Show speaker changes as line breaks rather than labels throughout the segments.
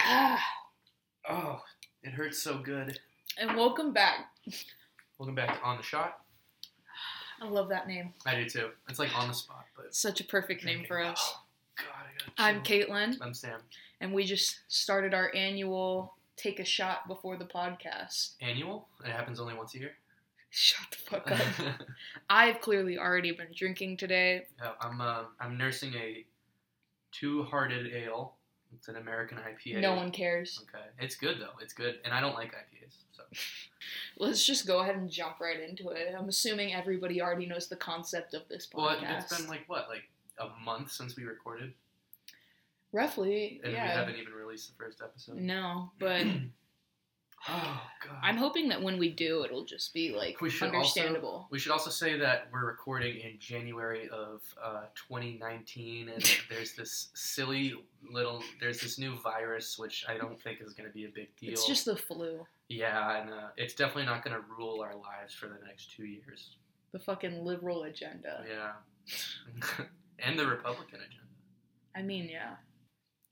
Oh, hurts so good.
And welcome back.
Welcome back to On the Shot.
I love that name.
I do too. It's like on the spot, but
Such a perfect name for
drinking.
us.
Oh, God, I gotta
I'm
chill.
Caitlin,
I'm Sam.
and we just started our annual take a shot before the podcast.
Annual. It happens only once a year.
Shut the fuck up.
yeah,
I've clearly already been drinking today.
I'm uh, I'm nursing a two-hearted ale. It's an American IPA.
No one cares.
Okay, it's good though. It's good, and I don't like IPAs. So
Let's just go ahead and jump right into it. I'm assuming everybody already knows the concept of this podcast.
well, it, it's been like what, like a month since we recorded,
Roughly,
and we
yeah. Mm.
haven't even released the first episode.
No, but
Oh God.
I'm hoping that when we do, it'll just be like
We should also-
understandable.
We should also say that we're recording in January of uh, 2019, and there's this silly little, there's this new virus, which I don't think is going to be a big deal.
It's just the flu.
yeah, and uh, it's definitely not going to rule our lives for the next two years.
The fucking liberal agenda.
Yeah, and the Republican agenda.
I mean, yeah.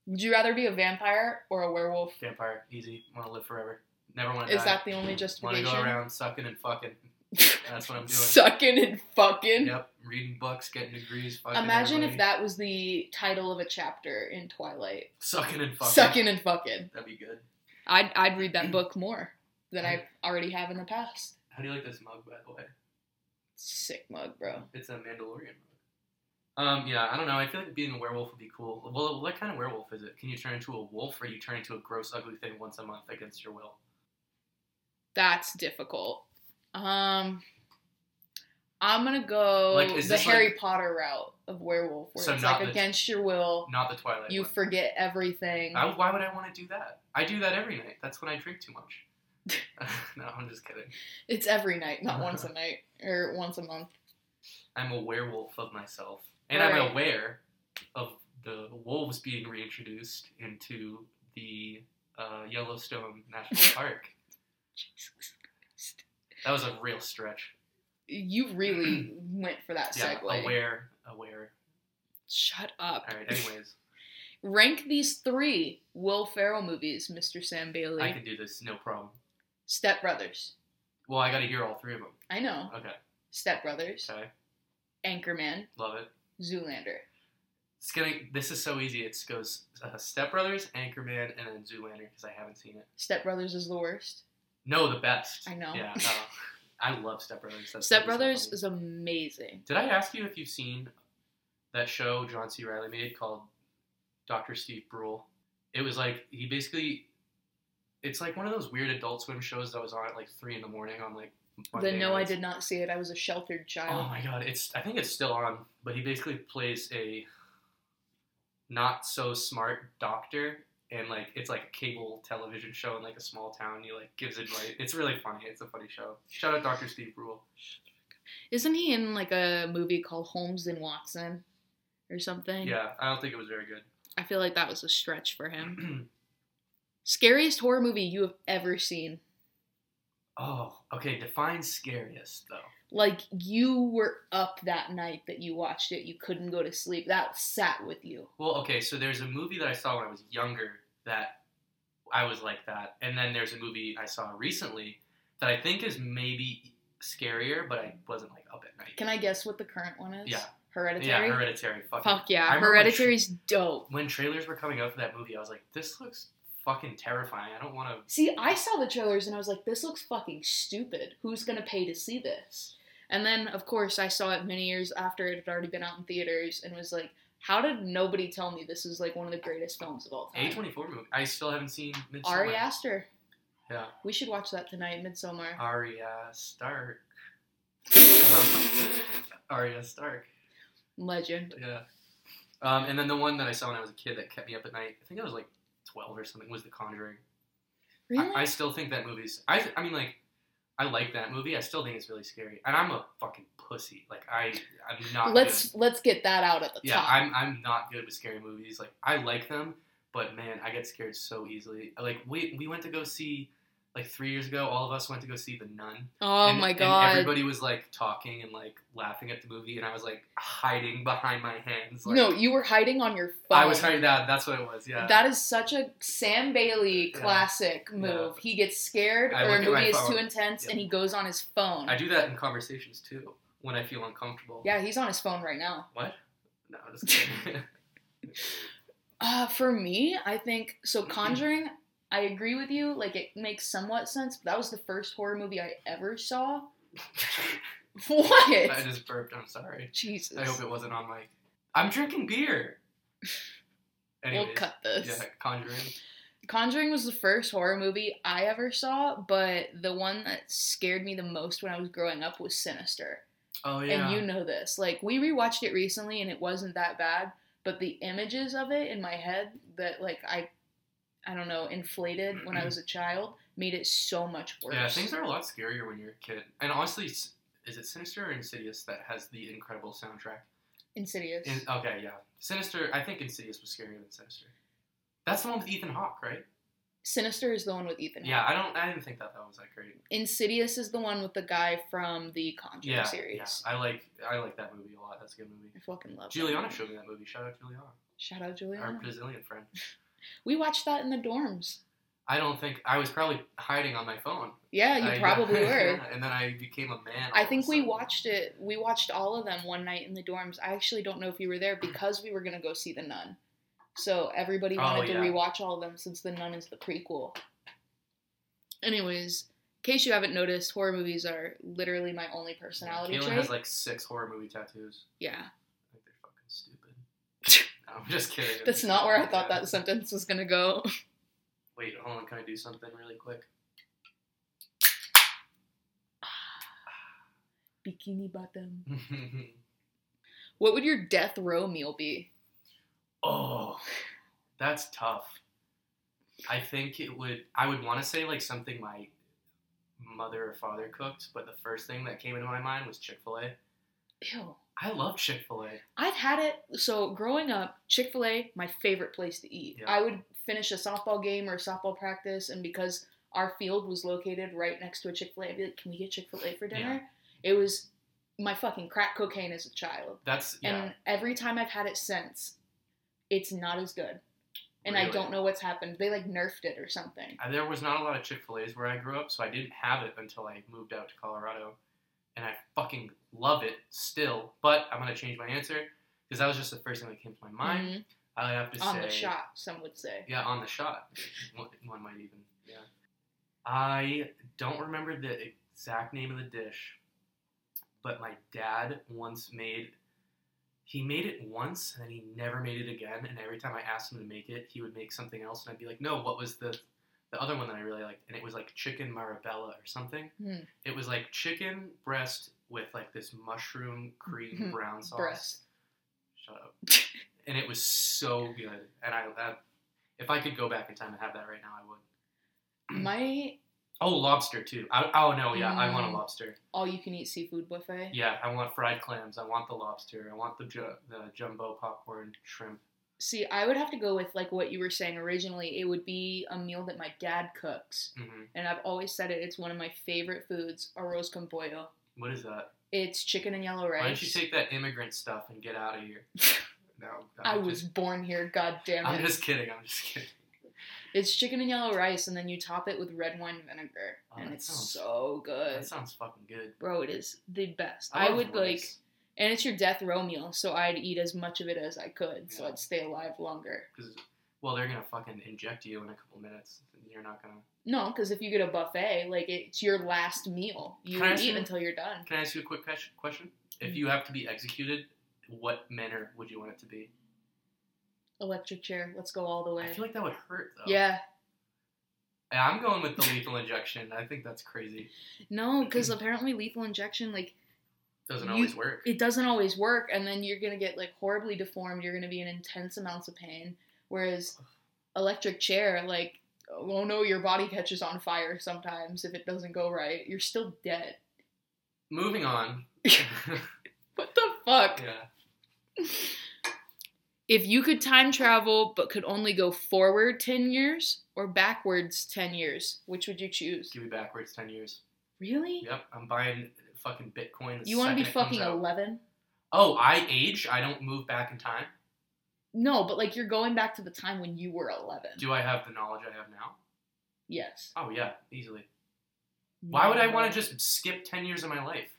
Would you rather be a vampire or a werewolf?
Vampire, easy. Want to live forever. Never want to
Is
die.
that the only
want to
justification?
go around sucking and fucking. That's what I'm doing.
Sucking and fucking.
Yep, reading books, getting degrees. Fucking
Imagine
everybody.
if that was the title of a chapter in Twilight.
sucking and fucking.
Sucking and fucking.
That'd be good.
I'd I'd read that book more than I already have in the past.
How do you like this mug, by the way?
Sick mug, bro.
It's a Mandalorian mug. Um, yeah, I don't know. I feel like being a werewolf would be cool. Well, what kind of werewolf is it? Can you turn into a wolf, or you turn into a gross, ugly thing once a month against your will?
That's difficult. Um I'm gonna go
Like, is
the
this
Harry
like-
Potter route of werewolf where
So
it's
not
like
the-
against your will,
Not the Twilight.
you
one.
forget everything.
I, why would I want to do that? I do that every night. That's when I drink too much. no, I'm just kidding.
It's every night, not once
Uh-huh.
a night or once a month.
I'm a werewolf of myself, and I'm
Alright. aware
aware of the wolves being reintroduced into the uh, Yellowstone National Park. That was a real stretch.
You really went for that
Yeah,
segue.
aware, aware.
Shut up.
All right. Anyways,
Rank these three Will Ferrell movies, Mr. Sam Bailey.
I can do this, no problem.
Step Brothers.
Well, I got to hear all three of them.
I know.
Okay.
Step Brothers,
Uh, Okay.
Anchorman,
Love it.
Zoolander.
It's gonna. This is so easy. It goes uh, Step Brothers, Anchorman, and then Zoolander because I haven't seen it.
Step Brothers is the worst.
No, the best.
I know.
Yeah. no. I love Step Brothers. That's
Step
gonna be so
Brothers
funny.
is amazing.
Did I ask you if you've seen that show John C. Riley made called Doctor Steve Brule? It was like he basically, it's like one of those weird Adult Swim shows that was on at like three in the morning on like. Monday
Then no, I
nights.
did not see it. I was a sheltered
Oh
child.
my god, it's I think it's still on, but he basically plays a not so smart doctor and like it's like a cable television show in like a small town. He like gives advice. It's really funny. It's a funny show. Shout out Dr. Steve Brule.
Isn't he in like a movie called Holmes and Watson or something?
Yeah, I don't think it was very good.
I feel like that was a stretch for him. Scariest horror movie you have ever seen.
Oh, okay. Define scariest though.
Like you were up that night that you watched it, you couldn't go to sleep. That sat with you.
Well, okay. So there's a movie that I saw when I was younger that I was like that, and then there's a movie I saw recently that I think is maybe scarier, but I wasn't like up at night.
Can I guess what the current one is?
Yeah.
Hereditary.
Yeah, Hereditary. Fucking.
Fuck yeah.
I remember when
Hereditary's dope.
When trailers were coming out for that movie, I was like, this looks fucking terrifying. I don't want to.
See, I saw the trailers and I was like, this looks fucking stupid. Who's gonna pay to see this? And then of course I saw it many years after it had already been out in theaters and was like, how did nobody tell me this is like one of the greatest films of all time?
A24 movie. I still haven't seen Midsummer.
Ari Aster.
Yeah. Uh,
We should watch that tonight, Midsummer.
Arya Stark. Arya Stark.
Legend.
Yeah. Um, and then the one that I saw when I was a kid that kept me up at night, I think I was like 12 or something, was The Conjuring.
Really?
I, I still think that movie's. I, th- I mean, like, I like that movie. I still think it's really scary. And I'm a fucking pussy. Like, I, I'm not.
let's
good.
let's get that out at the
Yeah,
top.
I'm, I'm not good with scary movies. Like, I like them, but man, I get scared so easily. Like, we, we went to go see like three years ago, all of us went to go see The Nun.
Oh
And-
my
and
god.
everybody was like talking and like laughing at the movie, and I was like hiding behind my hands. Like,
no, you were hiding on your phone.
I was hiding that. That's what it was. Yeah.
That is such a Sam Bailey
Yeah.
classic move. He gets scared
I
or a
look at my
movie is
phone.
too intense
Yeah.
and he goes on his phone.
I do that in conversations too when I feel uncomfortable.
yeah, he's on his phone right now.
What? No, I'm just kidding.
Uh, for me, I think so. Conjuring, I agree with you. Like it makes somewhat sense. But that was the first horror movie I ever saw.
I
What?
just burped. I'm sorry.
Jesus.
I hope it wasn't on mic. I'm drinking beer. Anyways,
we'll cut this.
yeah, Conjuring.
Conjuring was the first horror movie I ever saw, but the one that scared me the most when I was growing up was Sinister.
Oh yeah.
And you know this. Like we rewatched it recently and it wasn't that bad, but the images of it in my head that like I I don't know, inflated when I was a child made it so much worse.
yeah, things are a lot scarier when you're a kid. And honestly, s- is it Sinister or Insidious that has the incredible soundtrack?
Insidious.
In, uh, okay, yeah. Sinister. I think Insidious was scarier than Sinister. That's the one with Ethan Hawke, right?
Sinister is the one with Ethan.
Yeah,
Hawke.
I don't. I didn't think that that was that great.
Insidious is the one with the guy from the Conjuring
Yeah,
series.
yeah. I like. I like that movie a lot. That's a good movie.
I fucking love
Juliana
that.
showed me that movie. Shout out Juliana,
Shout out
our
Juliana.
Brazilian friend.
We watched that in the dorms.
I don't think I was probably hiding on my phone.
Yeah, you
I-
probably were.
and then I became a man. all
I
of a
think we
sudden.
watched it. We watched all of them one night in the dorms. I actually don't know if you were there because we were gonna go see the Nun. So everybody
Oh,
wanted to
yeah.
rewatch all of them since the Nun is the prequel. Anyways, in case you haven't noticed, horror movies are literally my only personality
Caitlin
trait.
has like six horror movie tattoos.
yeah,
I think they're fucking stupid. No, I'm just kidding. I'm
that's
just
not where I thought
kidding.
that sentence was gonna go.
Wait, hold on. Can I do something really quick?
Bikini bottom. What would your death row meal be?
oh, that's tough. I think it would. I would want to say like something my mother or father cooked, but the first thing that came into my mind was Chick Fil A.
Ew.
I love Chick Fil A.
I've had it. So growing up, Chick Fil A, my favorite place to eat.
Yeah.
I would finish a softball game or a softball practice, and because our field was located right next to a Chick Fil A, I'd be like, "Can we get Chick Fil A for dinner?" It was my fucking crack cocaine as a child,
That's yeah.
and every time I've had it since, it's not as good. And I
Really?
don't know what's happened. They like nerfed it or something.
Uh, There was not a lot of Chick Fil A's where I grew up, so I didn't have it until I moved out to Colorado, and I fucking love it still. But I'm gonna change my answer because that was just the first thing that came to my mind.
Mhm.
I would have to
On
say,
the shot, some would say.
yeah, on the shot. one, one might even, yeah. I don't remember the exact name of the dish, but my dad once made. He made it once, and then he never made it again. And every time I asked him to make it, he would make something else, and I'd be like, "No, what was the the other one that I really liked?" And it was like chicken marabella or something.
Hmm.
It was like chicken breast with like this mushroom cream
Mhm.
brown sauce.
Breast.
Shut up. and it was so good, and I, I if I could go back in time and have that right now, I would.
My
Oh, lobster too. I, oh no, yeah, I want a
Mm.
lobster.
all-you-can-eat seafood buffet.
Yeah, I want fried clams. I want the lobster. I want the ju- the jumbo popcorn shrimp.
See, I would have to go with like what you were saying originally. It would be a meal that my dad cooks,
Mhm.
and I've always said it. It's one of my favorite foods, arroz con pollo.
What is that?
It's chicken and yellow rice.
Why don't you take that immigrant stuff and get out of here? no,
I
I'm
was
just-
born here, god damn
I'm
it.
just kidding. I'm just kidding.
It's chicken and yellow rice, and then you top it with red wine vinegar,
Oh,
and
that
it's
sounds-
so good,
That sounds fucking good.
bro. It is the best.
I
I,
love
would like,
rice
and it's your death row meal, so I'd eat as much of it as I could, so
Yeah.
I'd stay alive longer.
'cause- well, they're gonna fucking inject you in a couple minutes. and You're not gonna.
No, because if you get a buffet, like it's your last meal. You
Can I
eat
ask you-
until you're done.
Can I ask you a quick ques- question? If you have to be executed, what manner would you want it to be?
electric chair. Let's go all the way.
I feel like that would hurt though.
yeah.
And I'm going with the lethal injection. I think that's crazy.
No, because
Mm.
apparently lethal injection, like,
Doesn't
You-
always work.
it doesn't always work, and then you're going to get, like, horribly deformed. You're going to be in intense amounts of pain. Whereas electric chair, like, oh no, your body catches on fire sometimes if it doesn't go right. You're still dead.
Moving on. yeah.
What the fuck? if you could time travel but could only go forward 10 years or backwards 10 years, which would you choose?
Give me backwards ten years.
Really?
Yep, I'm buying fucking Bitcoin. the
you want to be
second it comes
fucking
out.
11?
Oh, I age. I don't move back in time.
No, but like you're going back to the time when you were 11.
Do I have the knowledge I have now?
yes.
Oh yeah, easily. Why would I
No.
want to just skip ten years of my life?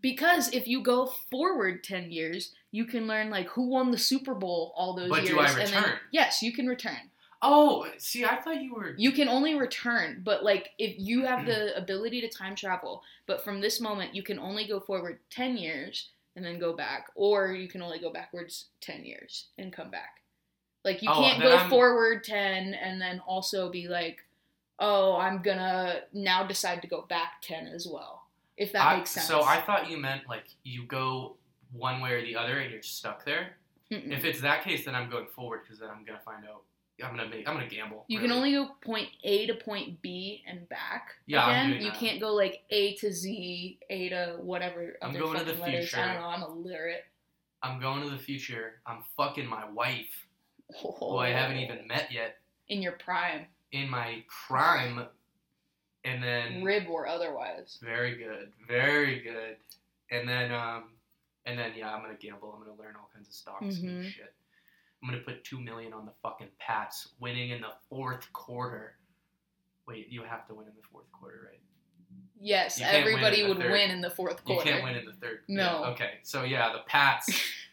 Because if you go forward 10 years, you can learn like who won the Super Bowl all those
But
years.
do I
and then-
return?
yes, you can return.
Oh, see, I thought you were.
You can only return, but like if you have the ability to time travel, but from this moment you can only go forward 10 years and then go back, or you can only go backwards 10 years and come back. Like you
Oh,
can't
then
go
I'm-
forward 10 and then also be like, oh, I'm gonna now decide to go back 10 as well. If that
I-
makes sense.
So I thought you meant like you go one way or the other and you're stuck there.
Mm-mm.
If it's that case, then I'm going forward because then I'm gonna find out. I'm gonna make. I'm gonna gamble.
You can
really.
only go point A to point B and back.
Yeah, I'm
again.
doing
you
that.
can't go like A to Z, A to whatever.
I'm
other
going to
fucking
the
letters. I
future.
don't know. I'm illiterate.
I'm going to the future. I'm fucking my wife,
Oh,
who I haven't even met yet,
in your prime,
in my prime, and then
rib or otherwise.
very good, very good, and then um, and then yeah, I'm gonna gamble. I'm gonna learn all kinds of stocks and
Mhm.
shit. I'm gonna put two million on the fucking Pats winning in the fourth quarter. Wait, you have to win in the fourth quarter, right?
Yes,
You can't win
everybody
in the
would
third-
win in the fourth
You
quarter.
can't win in the third.
No.
yeah, okay. So yeah, the Pats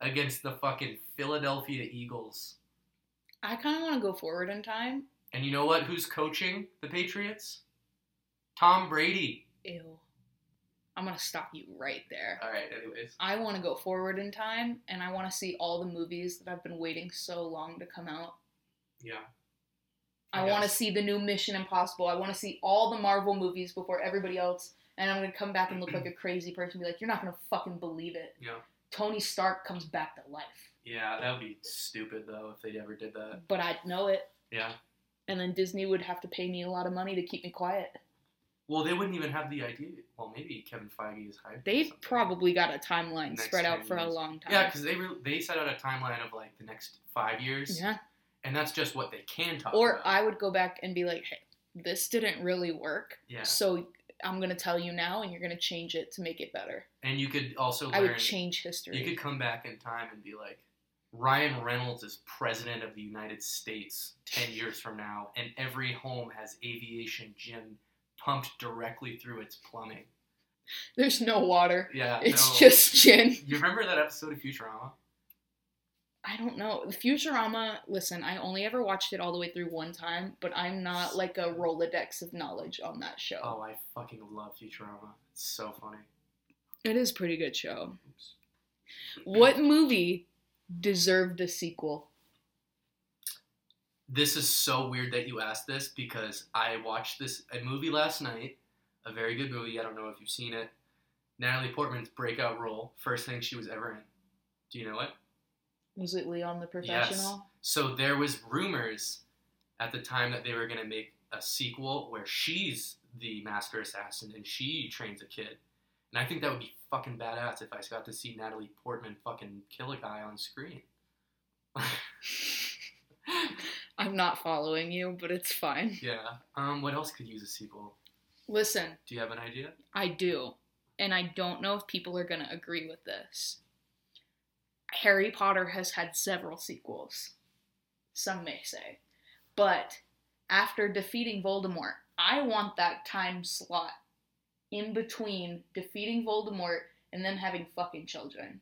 against the fucking Philadelphia Eagles.
I kind of want to go forward in time.
And you know what? Who's coaching the Patriots? Tom Brady.
Ew. I'm gonna stop you right there.
All right. Anyways,
I want to go forward in time, and I want to see all the movies that I've been waiting so long to come out.
yeah.
I want to
guess.
see the new Mission Impossible. I want to see all the Marvel movies before everybody else. And I'm gonna come back and look like a crazy person. and Be like, you're not gonna fucking believe it.
Yeah.
Tony Stark comes back to life,
Yeah, that would be stupid though if they ever did that.
but I'd know it.
Yeah.
And then Disney would have to pay me a lot of money to keep me quiet.
Well, they wouldn't even have the idea. Well, maybe Kevin Feige is hiding.
They've
something.
probably got a timeline
Next
spread out
10
for a
years.
long time.
Yeah, because they re- they set out a timeline of like the next five years,
Yeah.
and that's just what they can talk
Or
about.
I would go back and be like, hey, this didn't really work.
yeah,
So I'm gonna tell you now, and you're gonna change it to make it better.
and you could also
I
learn.
would change history.
You could come back in time and be like, Ryan Reynolds is president of the United States 10 years from now, and every home has aviation gym pumped directly through its plumbing.
There's no water.
Yeah.
It's
no.
just gin.
You remember that episode of Futurama?
I don't know. Futurama, listen, I only ever watched it all the way through one time, but I'm not like a Rolodex of knowledge on that show.
Oh, I fucking love Futurama. It's so funny.
It is a pretty good show.
Oops.
What movie deserved a sequel?
This is so weird that you asked this because I watched this a movie last night, a very good movie. I don't know if you've seen it. Natalie Portman's breakout role, first thing she was ever in. Do you know it?
Was it Leon the Professional?
So there was rumors at the time that they were going to make a sequel where she's the master assassin and she trains a kid. And I think that would be fucking badass if I got to see Natalie Portman fucking kill a guy on screen.
I'm not following you, but it's fine.
yeah. Um what else could use a sequel?
Listen,
Do you have an idea?
I do, and I don't know if people are going to agree with this. Harry Potter has had several sequels, some may say. But after defeating Voldemort, I want that time slot in between defeating Voldemort and then having fucking children.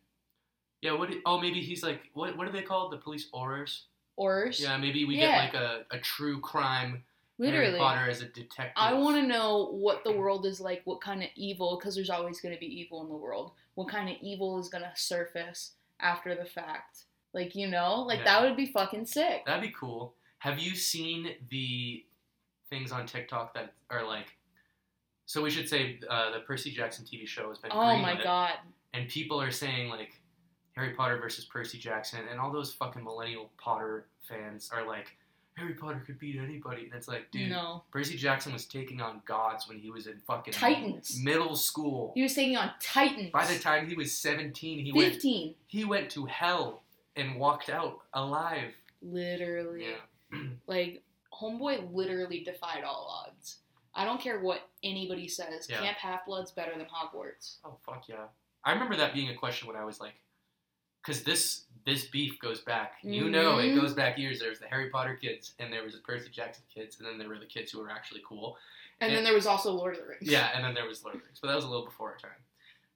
Yeah, what oh maybe he's like what what are they called? The police aurors?
Or,
Yeah, maybe we
Yeah.
get like a, a true crime Harry
literally,
Potter as a detective.
I want to know what the world is like, what kind of evil, because there's always going to be evil in the world. What kind of evil is going to surface after the fact? Like, you know, like that
Yeah.
would be fucking sick.
That'd be cool. Have you seen the things on TikTok that are like? So we should say uh, the Percy Jackson TV show has been.
oh my
greenlit,
god.
And people are saying like, Harry Potter versus Percy Jackson, and all those fucking millennial Potter fans are like, Harry Potter could beat anybody, and it's like, dude,
No.
Percy Jackson was taking on gods when he was in fucking
Titans.
middle school.
He was taking on Titans.
By the time he was seventeen, he went
15.
he went to hell. and walked out alive.
Literally.
Yeah.
Like, Homeboy literally defied all odds. I don't care what anybody says.
Yeah.
Camp Half Blood's better than Hogwarts.
Oh fuck yeah! I remember that being a question when I was like, because this this beef goes back. You know, it
Mhm.
goes back years. There was the Harry Potter kids, and there was the Percy Jackson kids, and then there were the kids who were actually cool.
And then
And-
there was also Lord of the Rings.
Yeah, and then there was Lord of the Rings, but that was a little before our time.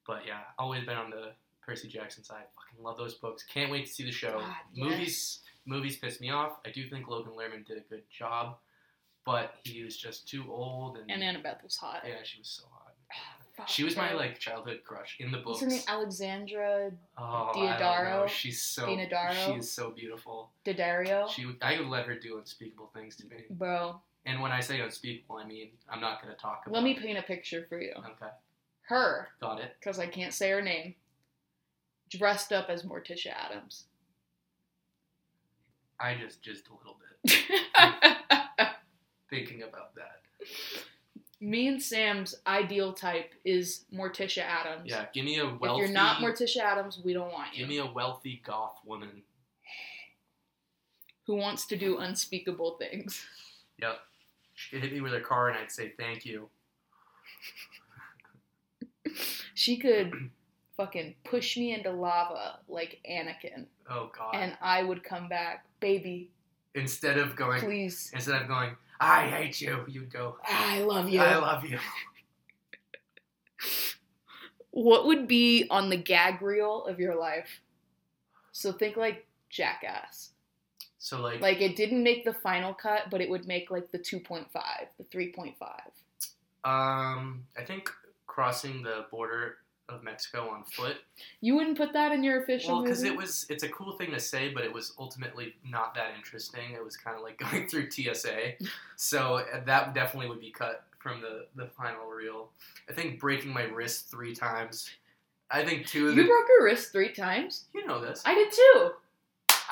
But yeah, always been on the Percy Jackson side. Fucking love those books. Can't wait to see the show.
God,
Movies movies piss me off. I do think Logan Lerman did a good job, but he was just too old and,
yes. And Annabeth was hot.
yeah, she was so hot.
Fuck,
She was my
bro.
like childhood crush in the
What's
books.
her name? Alexandra
Oh, I don't
Deodaro?
know. She's so
Deodaro?
she is so beautiful.
Daddario.
She would, I could let her do unspeakable things to me.
Bro,
And when I say unspeakable, I mean I'm not gonna talk about.
let me
it.
paint a picture for you.
Okay,
Her,
got it.
because I can't say her name, dressed up as Morticia Adams.
I just just a little bit thinking about that.
Me and Sam's ideal type is Morticia Adams.
Yeah, give me a
If
wealthy.
you're not Morticia Adams, we don't want you.
give me a wealthy goth woman.
Who wants to do unspeakable things?
Yep. She could hit me with her car, and I'd say thank you.
She could fucking push me into lava like Anakin,
Oh God.
and I would come back, baby,
instead of going,
please. Ah,
instead of going, I hate you, you'd go,
I love you.
I love you.
what would be on the gag reel of your life? So think like Jackass.
So like,
Like it didn't make the final cut, but it would make like the 2.5, the 3.5.
um, I think crossing the border of Mexico on foot.
You wouldn't put that in your official
Well, because
movie?
it was, it's a cool thing to say, but it was ultimately not that interesting. It was kind of like going through TSA, so uh, that definitely would be cut from the the final reel. I think breaking my wrist three times. I think two of
you
the.
broke your wrist three times.
you know this.
I did too.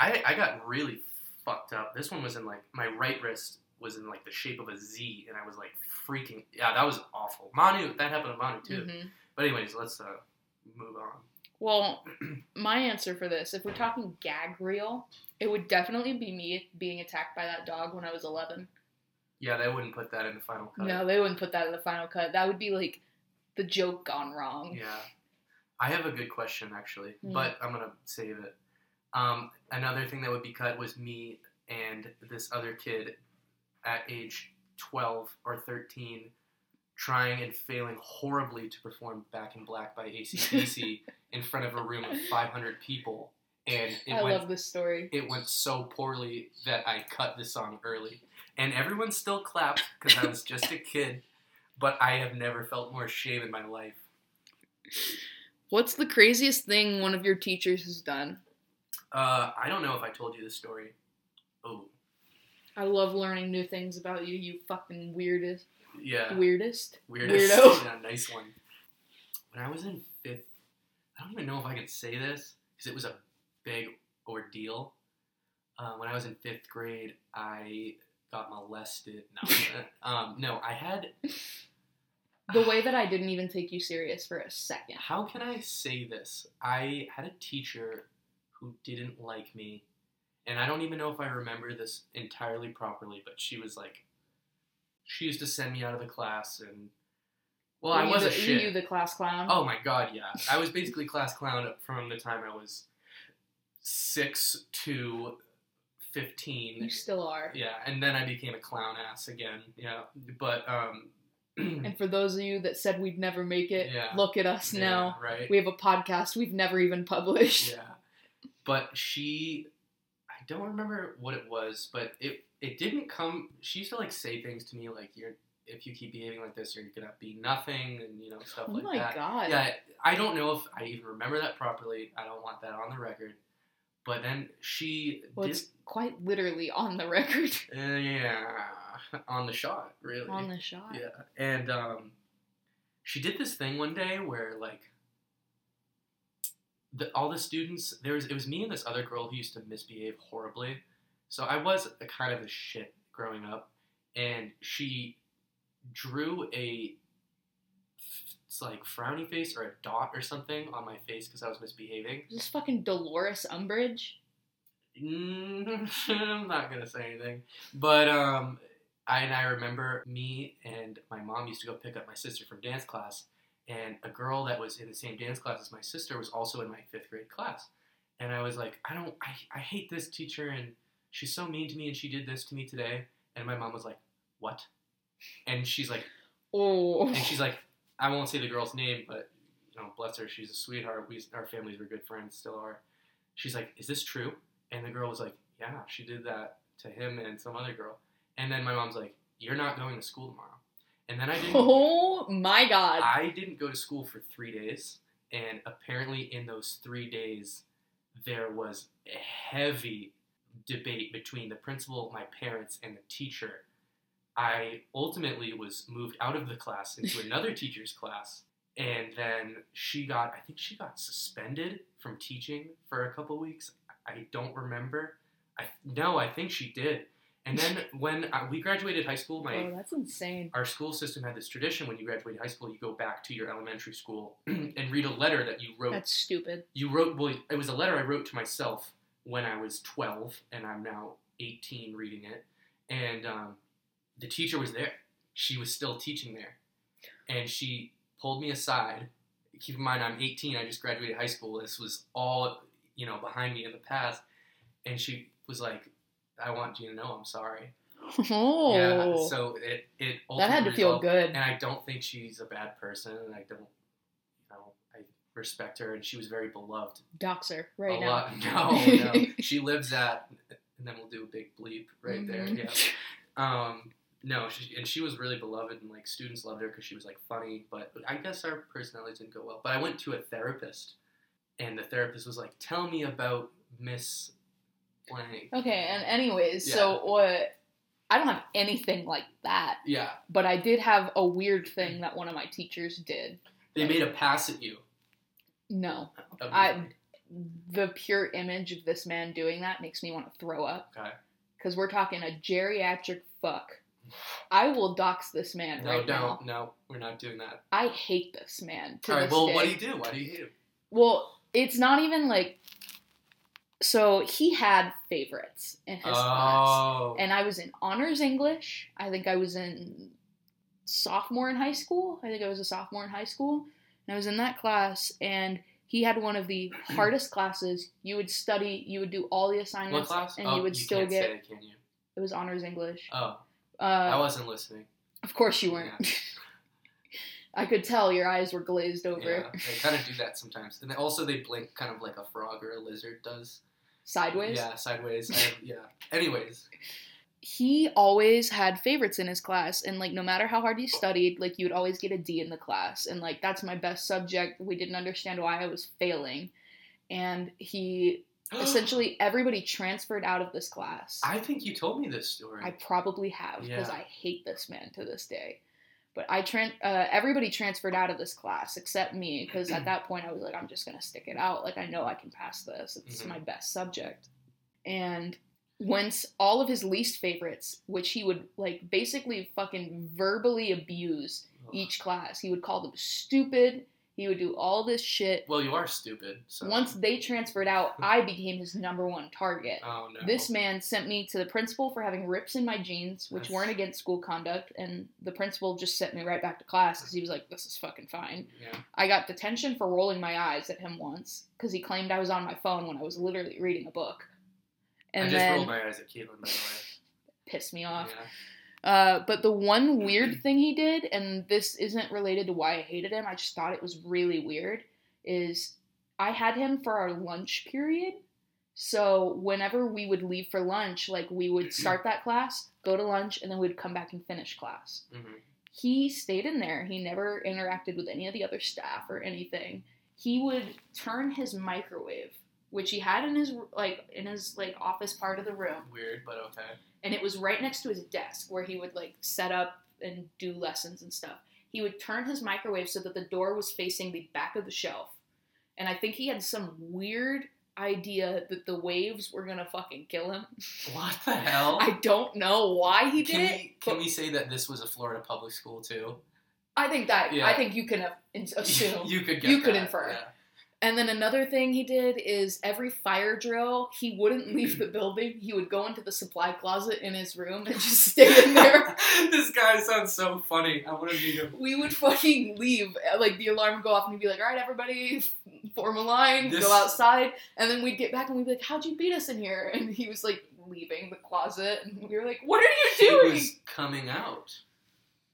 I, I got really fucked up. This one was in like my right wrist was in like the shape of a Z, and I was like freaking. Yeah, that was awful. Manu, that happened to Manu too.
Mhm.
But anyways, let's uh, move on.
Well, my answer for this, if we're talking gag reel, it would definitely be me being attacked by that dog when I was 11.
Yeah, they wouldn't put that in the final cut.
No, they wouldn't put that in the final cut. That would be like the joke gone wrong.
Yeah, I have a good question actually,
Mm.
but I'm gonna save it. Um, another thing that would be cut was me and this other kid at age 12 or 13 trying and failing horribly to perform Back in Black by ACDC in front of a room of 500 people. And it
I
went,
love this story.
it went so poorly that I cut the song early. And everyone still clapped because I was just a kid, but I have never felt more shame in my life.
What's the craziest thing one of your teachers has done?
Uh, I don't know if I told you this story. Oh,
I love learning new things about you, you fucking weirdest.
yeah.
Weirdest?
Weirdest.
Weirdo.
Yeah, nice one. When I was in fifth, I don't even know if I can say this because it was a big ordeal. Uh, when I was in fifth grade, I got molested. No, um, no, I had.
The way that I didn't even take you serious for a second.
How can I say this? I had a teacher who didn't like me, and I don't even know if I remember this entirely properly, but she was like, she used to send me out of the class, and well,
Were
I
you
was
the,
a
were
shit.
you the class clown?
Oh my god, yeah. I was basically class clown from the time I was six to
You
fifteen.
still are.
Yeah, and then I became a clown ass again. Yeah, but um,
And for those of you that said we'd never make it,
Yeah.
look at us now.
yeah, right?
We have a podcast we've never even published.
Yeah, but she, I don't remember what it was, but it it didn't come. She used to like say things to me like, "You're if you keep behaving like this, you're gonna be nothing," and you know stuff
Oh
like
my
that.
god.
Yeah, I don't know if I even remember that properly. I don't want that on the record. But then she
Well,
did,
it's quite literally on the record.
uh, yeah, on the shot, really.
on the shot.
yeah, and um, she did this thing one day where like the, all the students there was it was me and this other girl who used to misbehave horribly. So I was a kind of a shit growing up, and she drew a f- it's like frowny face or a dot or something on my face because I was misbehaving.
Is this fucking Dolores Umbridge?
Mm, I'm not gonna say anything, but um, I and I remember me and my mom used to go pick up my sister from dance class, and a girl that was in the same dance class as my sister was also in my fifth grade class, and I was like, I don't, I, I hate this teacher, and she's so mean to me, and she did this to me today, and my mom was like, what? And she's like,
Oh.
and she's like, I won't say the girl's name, but you know, bless her, she's a sweetheart. We, our families were good friends, still are. She's like, is this true? And the girl was like, yeah, she did that to him and some other girl. And then my mom's like, you're not going to school tomorrow. And then I didn't,
Oh my god.
I didn't go to school for three days. And apparently, in those three days, there was a heavy debate between the principal, my parents, and the teacher. I ultimately was moved out of the class into another teacher's class. And then she got, I think she got suspended from teaching for a couple weeks. I don't remember. I, no, I think she did. And then when I, we graduated high school, my
oh, that's insane.
our school system had this tradition when you graduated high school, you go back to your elementary school and read a letter that you wrote.
That's stupid.
you wrote, well, it was a letter I wrote to myself when I was 12, and I'm now 18 reading it. And um, the teacher was there. She was still teaching there. And she pulled me aside. Keep in mind, I'm 18. I just graduated high school. This was all, you know, behind me in the past. And she was like, I want you to know I'm sorry.
Oh.
Yeah, so it, it
that had to
ultimately
feel
resulted-
good.
and I don't think she's a bad person, and I don't, you know, I respect her, and she was very beloved.
Dox her right
a
now.
lot. No, no, she lives at, and then we'll do a big bleep right there.
Mhm.
Yeah. Um, no, she, and she was really beloved, and like students loved her because she was like funny. But I guess our personalities didn't go well. But I went to a therapist, and the therapist was like, "Tell me about Miss Blank."
Okay, and anyways,
Yeah.
so what? I don't have anything like that,
yeah,
but I did have a weird thing that one of my teachers did.
they made a pass at you.
No, I the pure image of this man doing that makes me want to throw up.
Okay.
Because we're talking a geriatric fuck. I will dox this man
no,
right now.
don't, no, we're not doing that.
I hate this man. To
All right,
this
well,
day.
what do you do? Why do you hate him?
Well, it's not even like. So he had favorites in his class.
Oh,
and I was in honors English. I think I was in sophomore in high school. I think I was a sophomore in high school. And I was in that class, and he had one of the hardest classes. You would study, you would do all the
what
assignments,
class?
and
oh,
you would still
can't
get
Say, it, can you?
it was honors English.
Oh, I
Uh,
wasn't listening.
of course, you weren't. I could tell your eyes were glazed over
Yeah, they kind of do that sometimes, and they, also they blink kind of like a frog or a lizard does.
sideways.
Yeah, sideways. I, yeah. Anyways,
he always had favorites in his class and like no matter how hard you studied like you would always get a d in the class and like that's my best subject we didn't understand why i was failing and he essentially everybody transferred out of this class i,
I think you told me this story.
probably have because
Yeah.
i hate this man to this day but i tran uh, everybody transferred out of this class except me because at that point i was like i'm just gonna stick it out like i know i can pass this it's
Mhm.
my best subject and once all of his least favorites, which he would like basically fucking verbally abuse each class. He would call them stupid. He would do all this shit.
Well, you are stupid. So.
Once they transferred out, I became his number one target.
Oh no.
This man sent me to the principal for having rips in my jeans, which
That's-
weren't against school conduct, and the principal just sent me right back to class because he was like, "This is fucking fine."
Yeah.
I got detention for rolling my eyes at him once because he claimed I was on my phone when I was literally reading a book,
I
and
just
then
rolled my eyes at Caitlin, by the
pissed me
way.
off.
Yeah.
Uh, but the one weird thing he did, and this isn't related to why I hated him, I just thought it was really weird, is I had him for our lunch period. So whenever we would leave for lunch, like we would start that class, go to lunch, and then we'd come back and finish class.
Mhm.
He stayed in there. He never interacted with any of the other staff or anything. He would turn his microwave, which he had in his like in his like office part of the room,
Weird, but okay.
and it was right next to his desk where he would like set up and do lessons and stuff. He would turn his microwave so that the door was facing the back of the shelf. And I think he had some weird idea that the waves were gonna fucking kill him.
What the hell?
I don't know why he did
can
it.
we can
but-
we say that this was a Florida public school too?
I think that
Yeah.
I think you can uh, in- assume.
you could get
you could
that,
infer.
yeah.
And then another thing he did is every fire drill, he wouldn't leave the building. He would go into the supply closet in his room and just stay in there.
this guy sounds so funny. I want to meet him.
We would fucking leave. Like the alarm would go off and he'd be like, all right, everybody, form a line,
This-
go outside. And then we'd get back and we'd be like, how'd you beat us in here? And he was like, leaving the closet. And we were like, what are
He
you doing?
was coming out,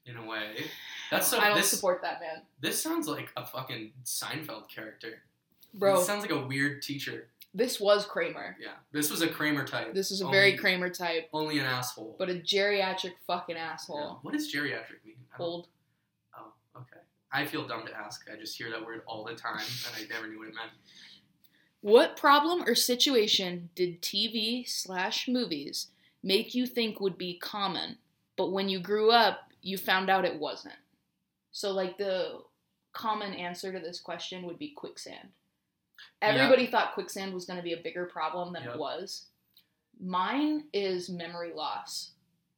in a way. That's so.
I don't
this,
support that man.
this sounds like a fucking Seinfeld character.
Bro,
This sounds like a weird teacher.
this was Kramer.
Yeah. This was a Kramer type.
This is a
Oh.
very Kramer type,
Only an asshole.
but a geriatric fucking
Yeah.
asshole.
What does geriatric mean? I don't-
Old.
Oh, okay. I feel dumb to ask. I just hear that word all the time, and I never knew what it meant.
What problem or situation did TV slash movies make you think would be common, but when you grew up, you found out it wasn't? So, like, the common answer to this question would be quicksand.
Yeah.
Everybody thought quicksand was going to be a bigger problem than
Yep.
it was. Mine is memory loss.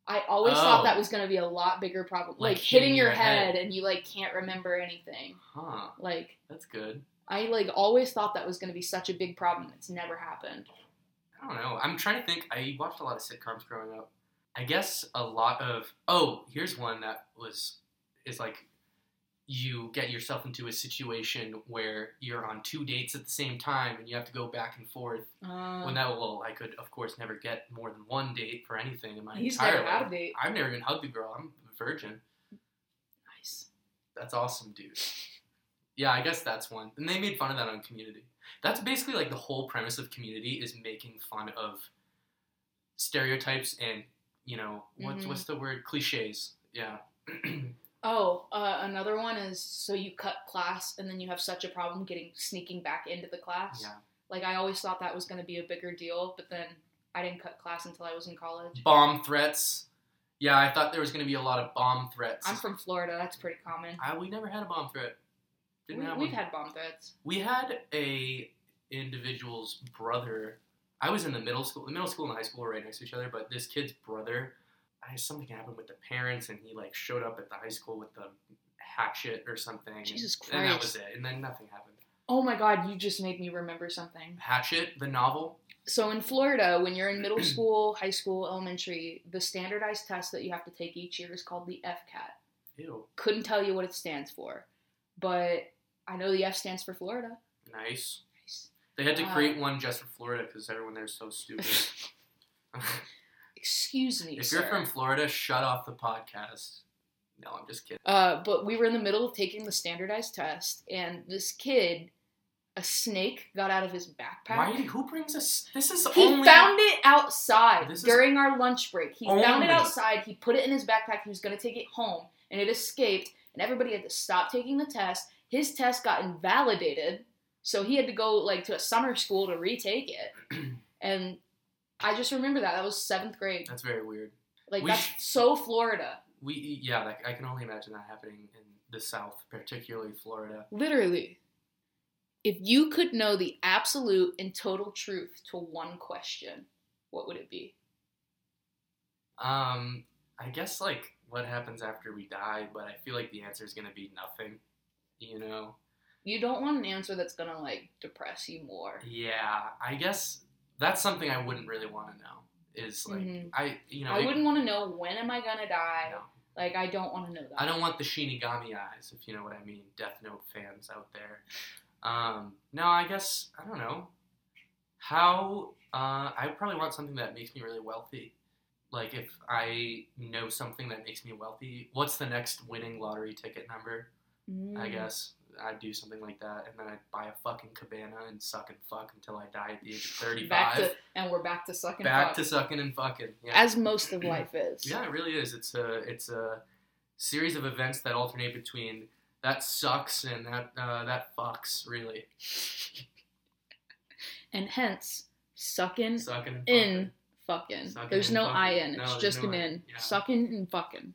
I always thought
Oh.
that was going to be a lot bigger problem. Like,
Like
hitting your, head,
head.
and you, like, can't remember anything.
Huh.
Like,
That's good.
I like always thought that was going to be such a big problem. It's never happened.
I don't know. I'm trying to think. I watched a lot of sitcoms growing up. I guess a lot of oh, here's one that was is like you get yourself into a situation where you're on two dates at the same time and you have to go back and forth.
Um,
when that well, I could of course never get more than one date for anything in my
he's
entire
never had
life.
a date.
I've never even hugged a girl. I'm a virgin.
Nice.
That's awesome, dude. Yeah, I guess that's one. And they made fun of that on Community. That's basically like the whole premise of Community is making fun of stereotypes and you know what's
Mhm.
what's the word cliches. Yeah.
Oh, uh, another one is so you cut class and then you have such a problem getting sneaking back into the class.
yeah.
Like I always thought that was going to be a bigger deal, but then I didn't cut class until I was in college.
Bomb threats. Yeah, I thought there was gonna be a lot of bomb threats.
I'm from Florida. That's pretty common.
I, we never had a bomb threat. Didn't
we,
have
we've
one.
had bomb threats.
We had a individual's brother. I was in the middle school. The middle school and high school were right next to each other, but this kid's brother, I, something happened with the parents, and he like showed up at the high school with the hatchet or something.
Jesus
And that
Christ.
was it. And then nothing happened.
Oh my God, you just made me remember something.
Hatchet, the novel.
So in Florida, when you're in middle school, high school, elementary, the standardized test that you have to take each year is called the FCAT.
Ew,
Couldn't tell you what it stands for, but I know the F stands for Florida.
nice.
Nice.
They had to
Wow.
create one just for Florida because everyone there's so stupid.
Excuse me,
if
sir.
you're from Florida, shut off the podcast. No, I'm just kidding.
uh, but we were in the middle of taking the standardized test, and this kid, a snake, got out of his backpack.
Why? Who brings us? This is
He
only.
found it outside
This is-
during our lunch break. He found
Only-
it outside. He put it in his backpack. He was going to take it home, and it escaped. And everybody had to stop taking the test. His test got invalidated, so he had to go like to a summer school to retake it. and I just remember that that was seventh grade.
That's very weird.
Like
We
that's
should-
so Florida,
We yeah, like, I can only imagine that happening in the South, particularly Florida.
literally. If you could know the absolute and total truth to one question, what would it be?
Um, I guess like what happens after we die, but I feel like the answer is gonna be nothing. You know?
You don't want an answer that's gonna like depress you more.
Yeah, I guess that's something I wouldn't really want to know. Is like
Mhm.
I you know
I
it-
wouldn't want to know when am I gonna die.
no.
Like I don't want to know that.
I don't want the Shinigami eyes, if you know what I mean, Death Note fans out there. Um, no, I guess I don't know how. Uh, I probably want something that makes me really wealthy. Like if I know something that makes me wealthy, what's the next winning lottery ticket number? I
Mm.
guess I'd do something like that, and then I'd buy a fucking cabana and suck and fuck until I die at the age of thirty-five.
Back
Back
to
to,
and we're back to sucking. fuck.
sucking and fucking. Yeah.
as most of life is.
Yeah, it really is. It's a it's a series of events that alternate between that sucks and that uh, that fucks really
And hence sucking
sucking and
in
fucking.
fucking.
Sucking
there's
and
no
fucking.
I in.
No,
It's
there's
just
no
an
I.
in.
Yeah.
Sucking and fucking.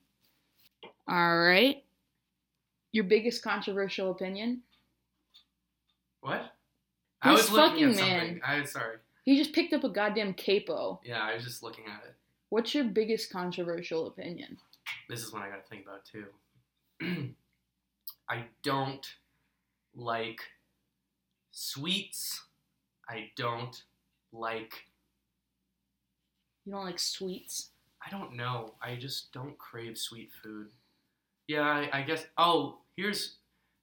All right. Your biggest controversial opinion?
What? I
This
was looking at
fucking
something.
man.
I sorry.
You just picked up a goddamn capo.
Yeah, I was just looking at it.
What's your biggest controversial opinion?
This is one I got to think about too. I don't like Sweets, I don't like.
You don't like sweets?
I don't know. I just don't crave sweet food. Yeah, I, I guess. Oh, here's.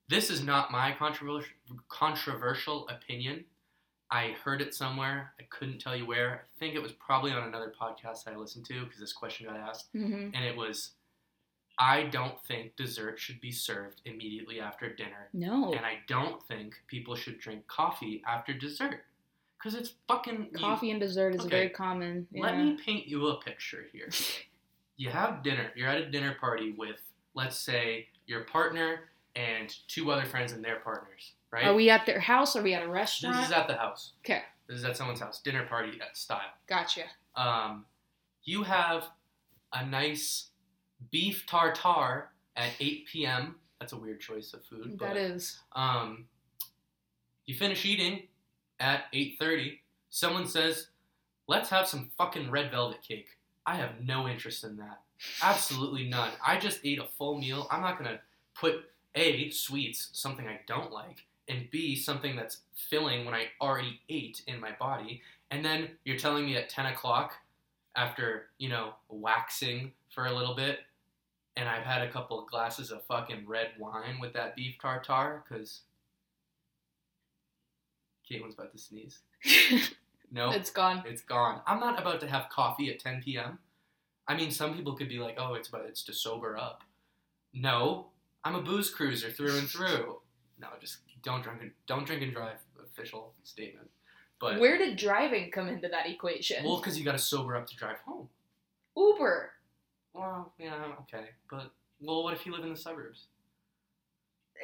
This is not my controversial controversial opinion. I heard it somewhere. I couldn't tell you where. I think it was probably on another podcast that I listened to because this question got asked,
Mm-hmm.
and it was, I don't think dessert should be served immediately after dinner,
No.
and I don't think people should drink coffee after dessert because it's fucking you-
Coffee and dessert is
Okay.
very common.
Let
yeah.
me paint you a picture here. you have dinner. You're at a dinner party with, let's say, your partner and two other friends and their partners, right?
Are we at their house? Are we at a
this
restaurant?
is at the house.
'Kay.
This is at someone's house. Dinner party style.
gotcha.
Um, you have a nice beef tartare at 8 p.m. That's a weird choice of food. but,
That is.
um, you finish eating at 8:30. Someone says, "Let's have some fucking red velvet cake." I have no interest in that. Absolutely none. I just ate a full meal. I'm not gonna put a sweets, something I don't like, and b something that's filling when I already ate in my body. And then you're telling me at 10 o'clock, after you know waxing for a little bit, and I've had a couple of glasses of fucking red wine with that beef tartare because Caitlin's about to sneeze. No,
it's gone.
it's gone. I'm not about to have coffee at 10 p.m. I mean, some people could be like, "Oh, it's about it's to sober up." No, I'm a booze cruiser through and through. No, just don't drink and don't drink and drive. Official statement, but
Where did driving come into that equation?
well, because you got to sober up to drive home.
Uber.
Well, yeah, okay, but well, what if you live in the suburbs?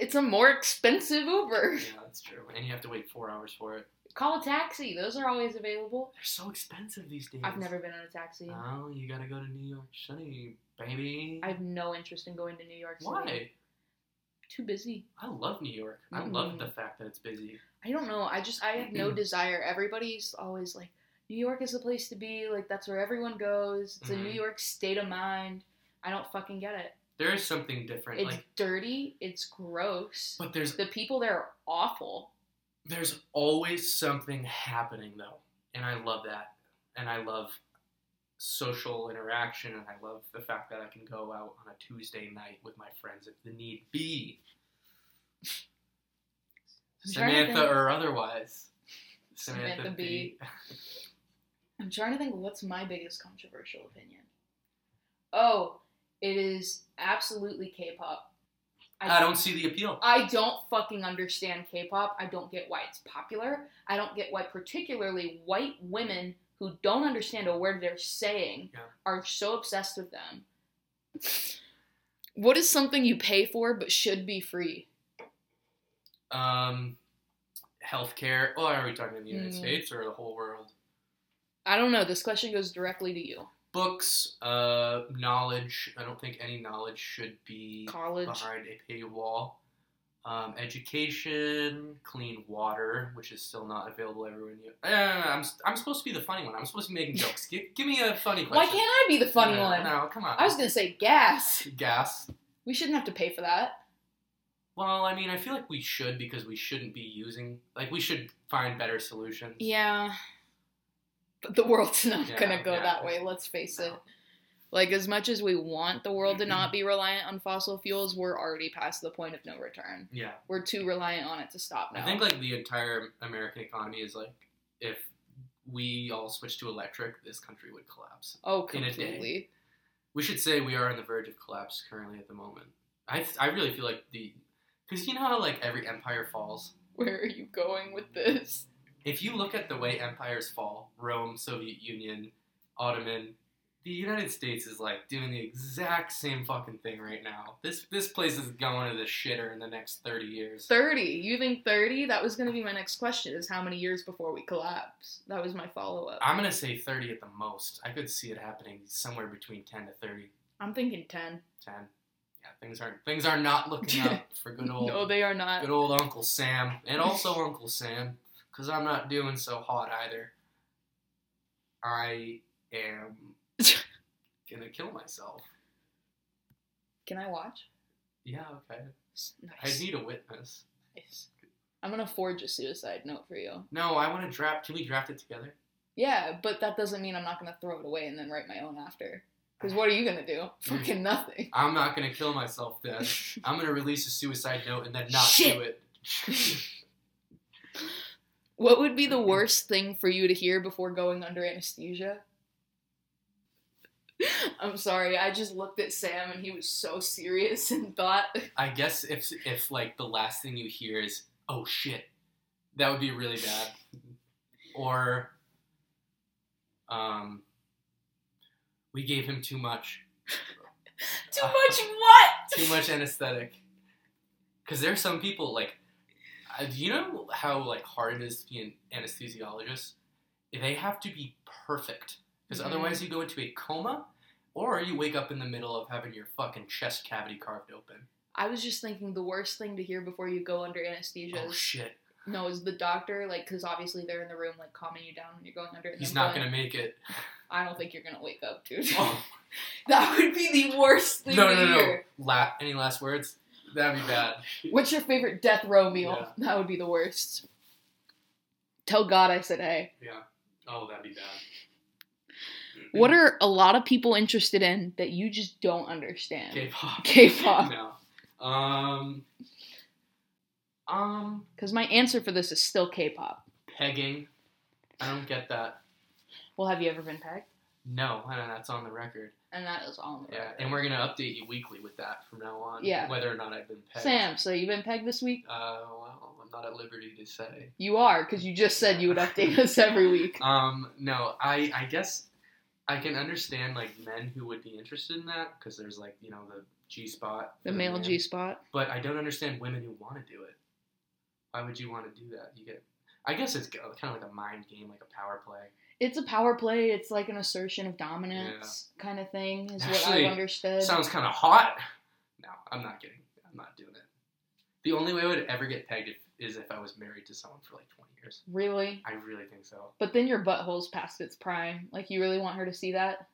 It's a more expensive Uber.
Yeah, that's true. And you have to wait four hours for it.
Call a taxi. Those are always available.
They're so expensive these days.
I've never been on a taxi.
Oh, you gotta go to New York City, baby.
I have no interest in going to New York City.
Why?
Too busy.
I love New York. I
Mm-mm.
love the fact that it's busy.
I don't know. I just I have no desire. Everybody's always like, New York is the place to be. Like that's where everyone goes. It's
Mhm.
a New York state of mind. I don't fucking get it.
There is something different.
It's
like,
dirty. It's gross.
but there's
The people there are awful.
there's always something happening though, and I love that. And I love social interaction, and I love the fact that I can go out on a Tuesday night with my friends if the need be,
I'm trying to
Samantha
think-
or otherwise.
Samantha B. I'm trying to think of what's my biggest controversial opinion. Oh, it is absolutely K-pop.
I don't see the appeal.
I don't fucking understand K-pop. I don't get why it's popular. I don't get why particularly white women who don't understand a word they're saying
Yeah.
are so obsessed with them. What is something you pay for but should be free?
Um, healthcare. Oh, are we talking in the United
Mm.
States or the whole world?
I don't know. This question goes directly to you.
Books, uh, knowledge. I don't think any knowledge should be
College.
behind a paywall. Um, education, clean water, which is still not available everywhere. In the- uh, I'm I'm supposed to be the funny one. I'm supposed to be making jokes. give, give me a funny question.
Why can't I be the funny
No,
one?
No, come on.
I was gonna say gas.
Gas.
We shouldn't have to pay for that.
Well, I mean, I feel like we should because we shouldn't be using. Like, we should find better solutions.
Yeah. But the world's not
Yeah,
gonna go
yeah.
that way, let's face it. Like as much as we want the world to not be reliant on fossil fuels, we're already past the point of no return.
Yeah.
We're too reliant on it to stop now.
I think like the entire American economy is like if we all switched to electric, this country would collapse.
oh,
in a day.
completely.
We should say we are on the verge of collapse currently at the moment. I I really feel like the because you know how like every empire falls.
Where are you going with this?
If you look at the way empires fall, Rome, Soviet Union, Ottoman, the United States is like doing the exact same fucking thing right now. This this place is going to the shitter in the next thirty years.
30. You think 30? That was going to be my next question is how many years before we collapse? That was my follow up.
I'm gonna say thirty at the most. I could see it happening somewhere between ten to thirty.
I'm thinking 10.
Ten. Yeah, things aren't things are not looking up for good old
No, they are not.
good old Uncle Sam, and also Uncle Sam, because I'm not doing so hot either. I am gonna kill myself.
Can I watch?
Yeah, okay. I
Nice.
need a witness.
Nice. I'm gonna forge a suicide note for you.
No, I want to draft. Can we draft it together?
Yeah, but that doesn't mean I'm not gonna throw it away and then write my own after. Because what are you gonna
Mm.
do? Fucking nothing.
I'm not gonna kill myself then. I'm gonna release a suicide note and then not
Shit.
do it.
what would be the
Mm-hmm.
worst thing for you to hear before going under anesthesia? I'm sorry, I just looked at Sam and he was so serious and thought.
I guess if if like the last thing you hear is oh shit, that would be really bad. Or, um, we gave him too much,
Too
Ah.
much what?
too much anesthetic. Because there are some people like, uh, do you know how like hard it is to be an anesthesiologist? They have to be perfect because
Mhm.
otherwise you go into a coma, or you wake up in the middle of having your fucking chest cavity carved open.
I was just thinking the worst thing to hear before you go under anesthesia
Oh
is
shit,
no, is the doctor like because obviously they're in the room like calming you down when you're going under. and
he's
then
not
going,
gonna make it.
I don't think you're gonna wake up, dude.
Oh.
that would be the worst thing
No,
to
no, no.
hear.
La- any last words? That'd be bad.
What's your favorite death row meal?
Yeah.
That would be the worst. Tell God I said hey.
Oh, that'd be bad.
What
Mm-hmm.
are a lot of people interested in that you just don't understand?
K-pop?
K-pop.
No. Um. Um.
Because my answer for this is still K-pop.
Pegging. I don't get that.
Well, have you ever been pegged?
No, I don't, that's on the record.
And that is all. in the
Yeah,
record.
and we're gonna update you weekly with that from now on.
Yeah.
Whether or not I've been pegged.
Sam, so you've been pegged this week?
Uh, well, I'm not at liberty to say.
You are, because you just said you would update us every week.
Um, no, I I guess I can understand like men who would be interested in that because there's like you know the G spot.
The male G spot.
But I don't understand women who want to do it. Why would you want to do that? You get. I guess it's kind of like a mind game, like a power play.
It's a power play. It's like an assertion of dominance kind of thing, is what
Actually,
I've understood.
Sounds kind of hot. No, I'm not kidding. I'm not doing it. The only way I would ever get pegged if, is if I was married to someone for like 20 years.
really?
I really think so.
But then your butthole's past its prime. Like, you really want her to see that?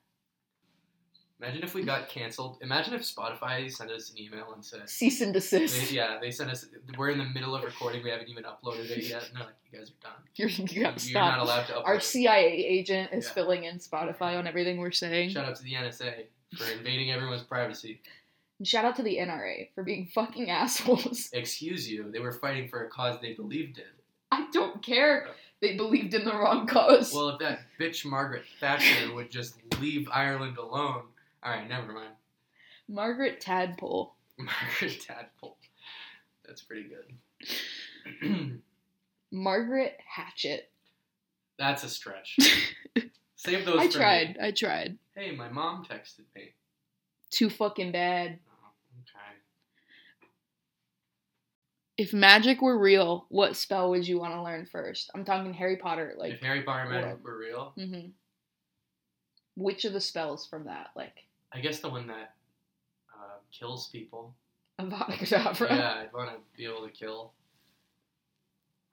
Imagine if we got canceled. Imagine if Spotify sent us an email and said,
Cease and
they,
desist.
"Yeah, they sent us. We're in the middle of recording. We haven't even uploaded it yet." And they're like, "You guys are done.
You're, you gotta
You're not
stop.
allowed to upload."
Our CIA agent is
Yeah.
filling in Spotify on everything we're saying.
Shout out to the NSA for invading everyone's privacy.
And shout out to the NRA for being fucking assholes.
excuse you, they were fighting for a cause they believed in.
I don't care. They believed in the wrong cause.
Well, if that bitch Margaret Thatcher would just leave Ireland alone. All right, never mind.
Margaret Tadpole.
Margaret Tadpole. That's pretty good.
Margaret Hatchet.
That's a stretch. Save those
I
for
tried.
me.
I tried.
Hey, my mom texted me.
Too fucking bad.
Oh, okay.
If magic were real, what spell would you want to learn first? I'm talking Harry Potter. Like,
if Harry Potter and
what?
magic were real,
hmm which of the spells from that? Like,
I guess the one that uh, kills people.
Avada Kedavra.
Yeah, I'd want to be able to kill.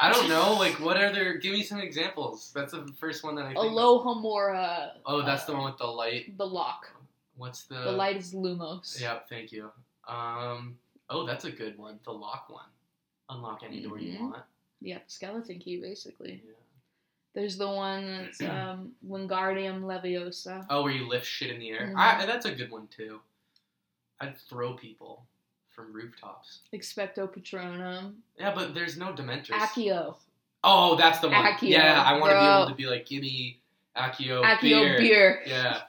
I don't know. Like, what are there? Give me some examples. That's the first one that I think. of.
Alohomora.
Oh, that's the
uh,
one with the light.
The lock.
What's the?
The light is Lumos.
Yeah, thank you. Um. Oh, that's a good one. The lock one. Unlock any door you
Mhm.
want.
Yeah, skeleton key basically.
Yeah.
There's the one that's um, Wingardium Leviosa.
Oh, where you lift shit in the air.
Mhm.
I, that's a good one too. I'd throw people from rooftops.
Expecto Patronum.
Yeah, but there's no dementors.
Accio.
Oh, that's the one.
Accio,
yeah, I want to be
bro.
able to be like, give me Accio,
Accio
Oh, beer.
beer.
Yeah.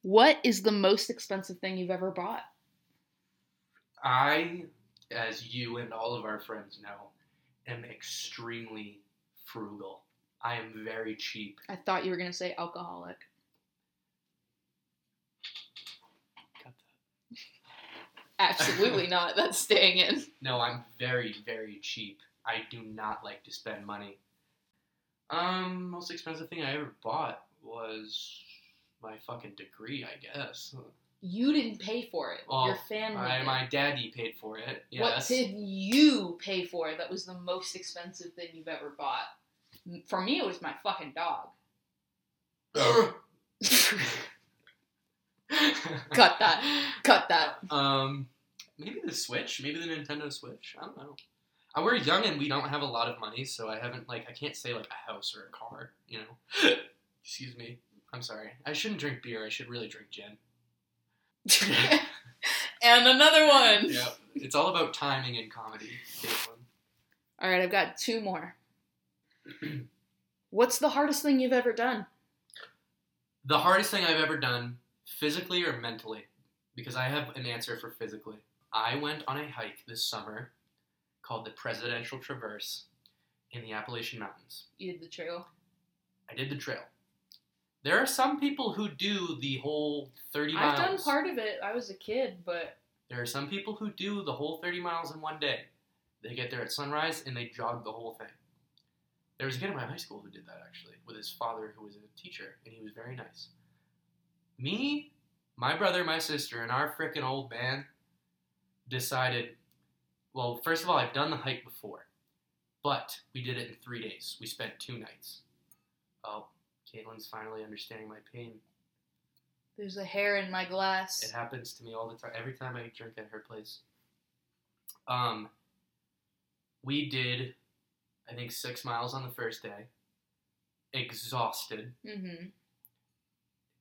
What is the most expensive thing you've ever bought?
I, as you and all of our friends know, am extremely frugal. I am very cheap.
I thought you were gonna say alcoholic. Absolutely not. That's staying in.
No, I'm very, very cheap. I do not like to spend money. Um, most expensive thing I ever bought was my fucking degree, I guess.
You didn't pay for it.
Well,
Your family.
My,
did.
my daddy paid for it.
Mm-hmm. What
Yes.
did you pay for that was the most expensive thing you've ever bought? For me, it was my fucking dog.
Oh.
Cut that. Cut that.
Um, maybe the Switch, maybe the Nintendo Switch. I don't know. Uh, We're young and we don't have a lot of money, so I haven't like I can't say like a house or a car. You know. Excuse me. I'm sorry. I shouldn't drink beer. I should really drink gin.
and another one.
Yeah. It's all about timing in comedy. Caitlin.
All right, I've got two more. What's the hardest thing you've ever done?
The hardest thing I've ever done, physically or mentally, because I have an answer for physically. I went on a hike this summer called the Presidential Traverse in the Appalachian Mountains.
You did the trail.
I did the trail. There are some people who do the whole 30 miles.
I've done part of it. I was a kid, but
There are some people who do the whole 30 miles in one day. They get there at sunrise and they jog the whole thing. There was a kid in my high school who did that actually, with his father who was a teacher, and he was very nice. Me, my brother, my sister, and our frickin' old man decided well, first of all, I've done the hike before, but we did it in three days. We spent two nights. Oh, Caitlin's finally understanding my pain.
there's a hair in my glass.
It happens to me all the time. Every time I drink at her place. Um, we did, I think, six miles on the first day. Exhausted.
Mm-hmm.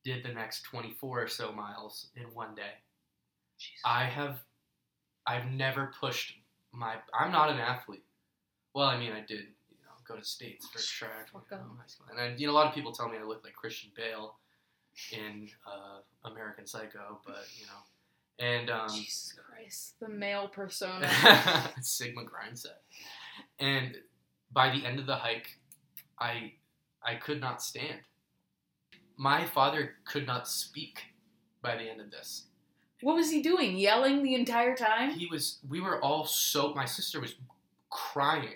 Did the next 24 or so miles in one day.
Jesus.
I have, I've never pushed my. I'm not an athlete. Well, I mean, I did, you know, go to states for track,
Fuck
you know,
up.
high school. and I, you know, a lot of people tell me I look like Christian Bale in uh, American Psycho, but you know, and um,
Jesus Christ, the male persona.
Sigma grind set. And by the end of the hike, I I could not stand. My father could not speak by the end of this.
what was he doing? Yelling the entire time?
He was. We were all so. My sister was crying.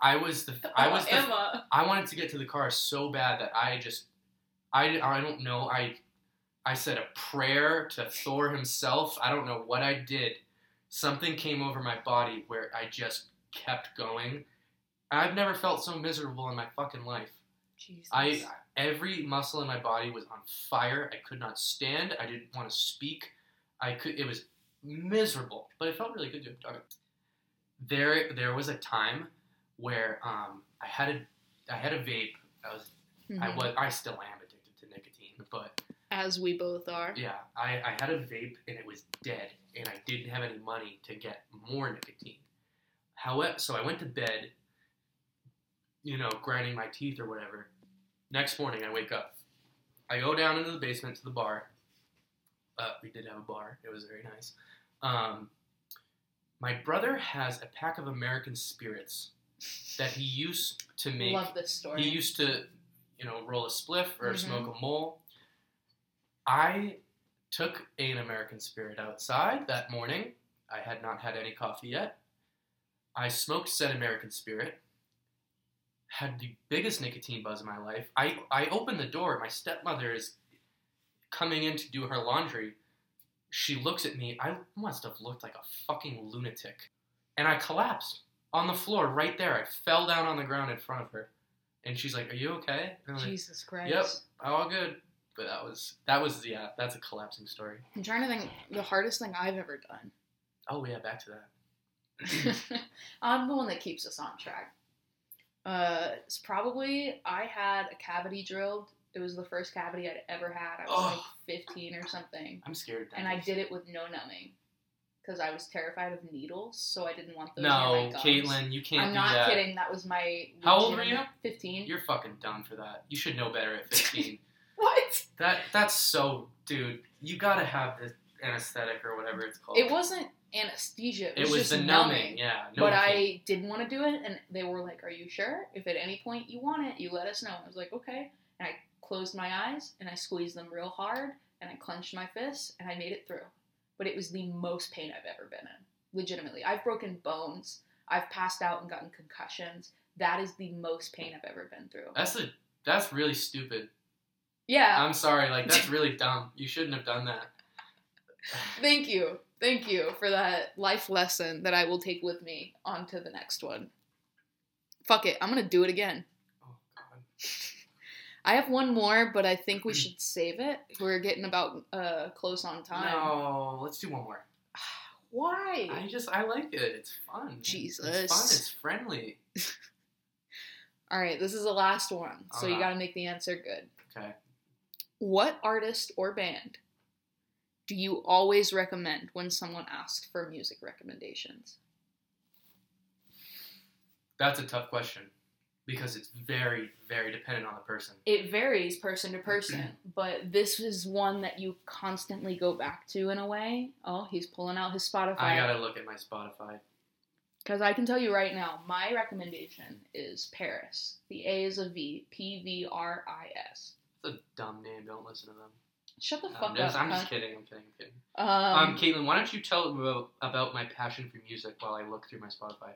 I was the. I was
Oh,
the.
Emma.
I wanted to get to the car so bad that I just. I, I don't know. I I said a prayer to Thor himself. I don't know what I did. Something came over my body where I just kept going. I've never felt so miserable in my fucking life.
Jesus.
I every muscle in my body was on fire. I could not stand. I didn't want to speak. I could. It was miserable, but it felt really good to have done it. There, there was a time where um, I had a, I had a vape. I was, I
Mhm.
was, I still am addicted to nicotine, but
As we both are.
yeah, I, I had a vape and it was dead, and I didn't have any money to get more nicotine. However, so I went to bed, you know, grinding my teeth or whatever. Next morning, I wake up. I go down into the basement to the bar. Uh, we did have a bar, it was very nice. Um, my brother has a pack of American spirits that he used to make.
Love this story.
He used to, you know, roll a spliff or
Mhm.
smoke a mole. I took an American Spirit outside that morning. I had not had any coffee yet. I smoked said American Spirit. Had the biggest nicotine buzz of my life. I I opened the door. My stepmother is coming in to do her laundry. She looks at me. I must have looked like a fucking lunatic, and I collapsed on the floor right there. I fell down on the ground in front of her, and she's like, "Are you okay?" And I'm like,
Jesus Christ.
Yep. all good. But that was that was yeah, that's a collapsing story.
I'm trying to think the hardest thing I've ever done.
Oh yeah, back to that.
I'm the one that keeps us on track. Uh, it's probably I had a cavity drilled. It was the first cavity I'd ever had. I was
Ugh.
like 15 or something,
I'm scared. Of
and I
dentists.
did it with no numbing because I was terrified of needles, so I didn't want those.
No,
near my gums.
Caitlin, you can't
I'm
do
not
that.
kidding. That was my.
How old were
routine.
you?
15.
You're fucking dumb for that. You should know better at 15.
what?
that that's so, dude. You gotta have the anesthetic or whatever it's called.
It wasn't anesthesia. It
It
was,
was
just
the numbing. Yeah. No
but
one can-
I didn't want to do it, and they were like, "Are you sure? If at any point you want it, you let us know." I was like, "Okay," and I closed my eyes and I squeezed them real hard, and I clenched my fists, and I made it through. But it was the most pain I've ever been in. Legitimately, I've broken bones, I've passed out and gotten concussions. That is the most pain I've ever been through.
That's a that's really stupid.
Yeah,
I'm sorry. Like that's really dumb. You shouldn't have done that.
thank you, thank you for that life lesson that I will take with me on to the next one. Fuck it, I'm gonna do it again.
Oh god.
I have one more, but I think
Mm-hmm.
we should save it. We're getting about uh, close on time.
No, let's do one more.
Why?
I just I like it. It's fun. It's fun.
Jesus.
It's friendly.
All right, this is the last one, so you
Uh-huh.
got to make the answer good.
Okay.
What artist or band do you always recommend when someone asks for music recommendations?
That's a tough question because it's very very dependent on the person.
It varies person to person, but this is one that you constantly go back to in a way. Oh, he's pulling out his
I
Spotify
gotta look at my Spotify.
because I, can tell you right now, my recommendation is Paris. The A is a V, P V R I S.
It's a dumb name. Don't listen to them.
Shut the
I'm
fuck
just,
up.
I'm just
huh?
kidding. I'm kidding. I'm kidding.
Um,
Um, Caitlin, why don't you tell them about, about my passion for music while I look through my Spotify?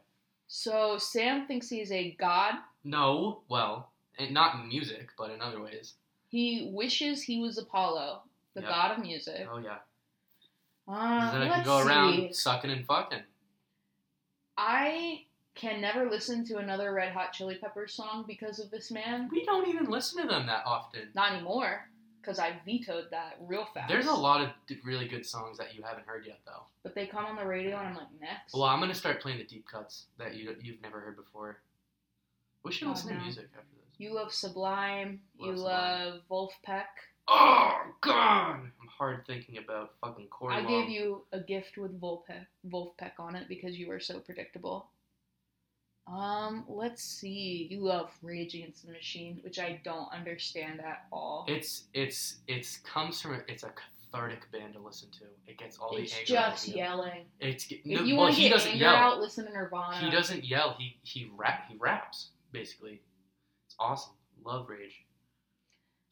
so Sam thinks he's a god
No, well, and not in music, but in other ways.
He wishes he was Apollo, the
Yep.
god of music.
Oh yeah,
Uh,
then I can
let's
go
see.
around sucking and fucking.
I can never listen to another Red Hot Chili Peppers song because of this man.
We don't even listen to them that often.
Not anymore, because I vetoed that real fast.
There's a lot of d- really good songs that you haven't heard yet, though.
But they come on the radio and I'm like, next.
Well, I'm gonna start playing the deep cuts that you you've never heard before. We should
Oh,
listen
no.
to music after this.
you love Sublime.
Love
you
Sublime.
love Wolfpack.
Oh God! I'm hard thinking about fucking
I
Cornwall.
gave you a gift with Wolfpack, Wolfpack on it because you were so predictable. Um, let's see. You love Rage Against the Machine, which I don't understand at all.
It's it's it's comes from a, it's a cathartic band to listen to. It gets all
it's
the anger. out of
just
you.
yelling.
It's g-
If
no,
you
well,
want to
he
get
doesn't
anger
yell.
out, listen to Nirvana.
He doesn't yell. He he rap he raps basically. It's awesome. Love Rage.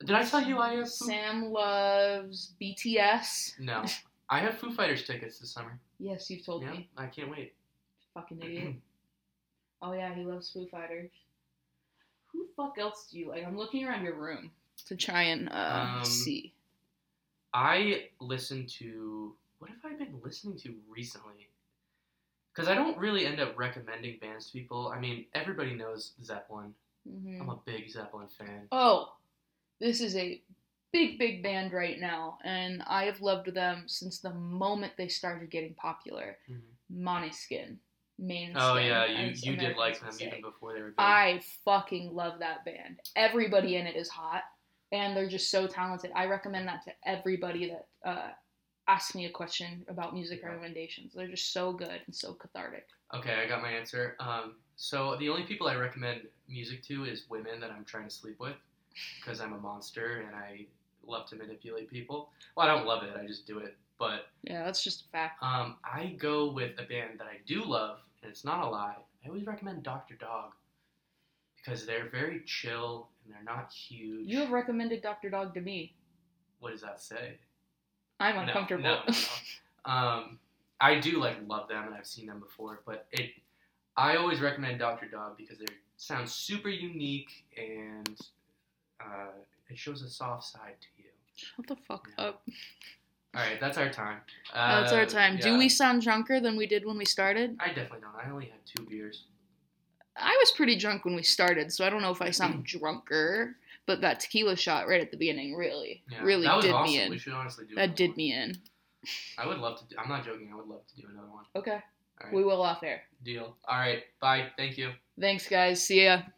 Did I tell you I have Foo-
Sam loves BTS.
no? I have Foo Fighters tickets this summer.
Yes, you've told
Yeah,
me.
I can't wait.
Fucking idiot. oh yeah, he loves Foo Fighters. Who the fuck else do you like? I'm looking around your room to try and uh,
Um,
see.
I listen to what have I been listening to recently? Because I don't really end up recommending bands to people. I mean, everybody knows Zeppelin.
Mhm.
I'm a big Zeppelin fan.
Oh, this is a big, big band right now, and I have loved them since the moment they started getting popular.
Mhm.
Moneskin. Main
Oh yeah, you, you did like them even before they were big.
I fucking love that band. Everybody in it is hot, and they're just so talented. I recommend that to everybody that uh, asks me a question about music
Yeah.
recommendations. They're just so good and so cathartic.
Okay, I got my answer. Um, so the only people I recommend music to is women that I'm trying to sleep with, because I'm a monster and I love to manipulate people. Well, I don't love it. I just do it. But
Yeah, that's just a fact.
um, I go with a band that I do love, and it's not a lie. I always recommend Doctor Dog, because they're very chill and they're not huge.
You have recommended Dr. Dog to me.
what does that say?
I'm
No,
uncomfortable.
No, no, no. um, I do like love them, and I've seen them before. But it, I always recommend Doctor Dog because they sound super unique, and uh, it shows a soft side to you.
Shut the fuck
No.
up.
All right, that's our time. Uh,
That's our time. Do
yeah.
we sound drunker than we did when we started?
I definitely don't. I only had two beers.
I was pretty drunk when we started, so I don't know if I sound drunker. But that tequila shot right at the beginning really,
Yeah,
really
that was
did
awesome.
me
We
in.
should honestly do.
That
another
did
one.
me in.
I would love to. Do, I'm not joking. I would love to do another one.
Okay.
All right,
We will off air.
deal. All right, bye. Thank you.
Thanks, guys. See ya.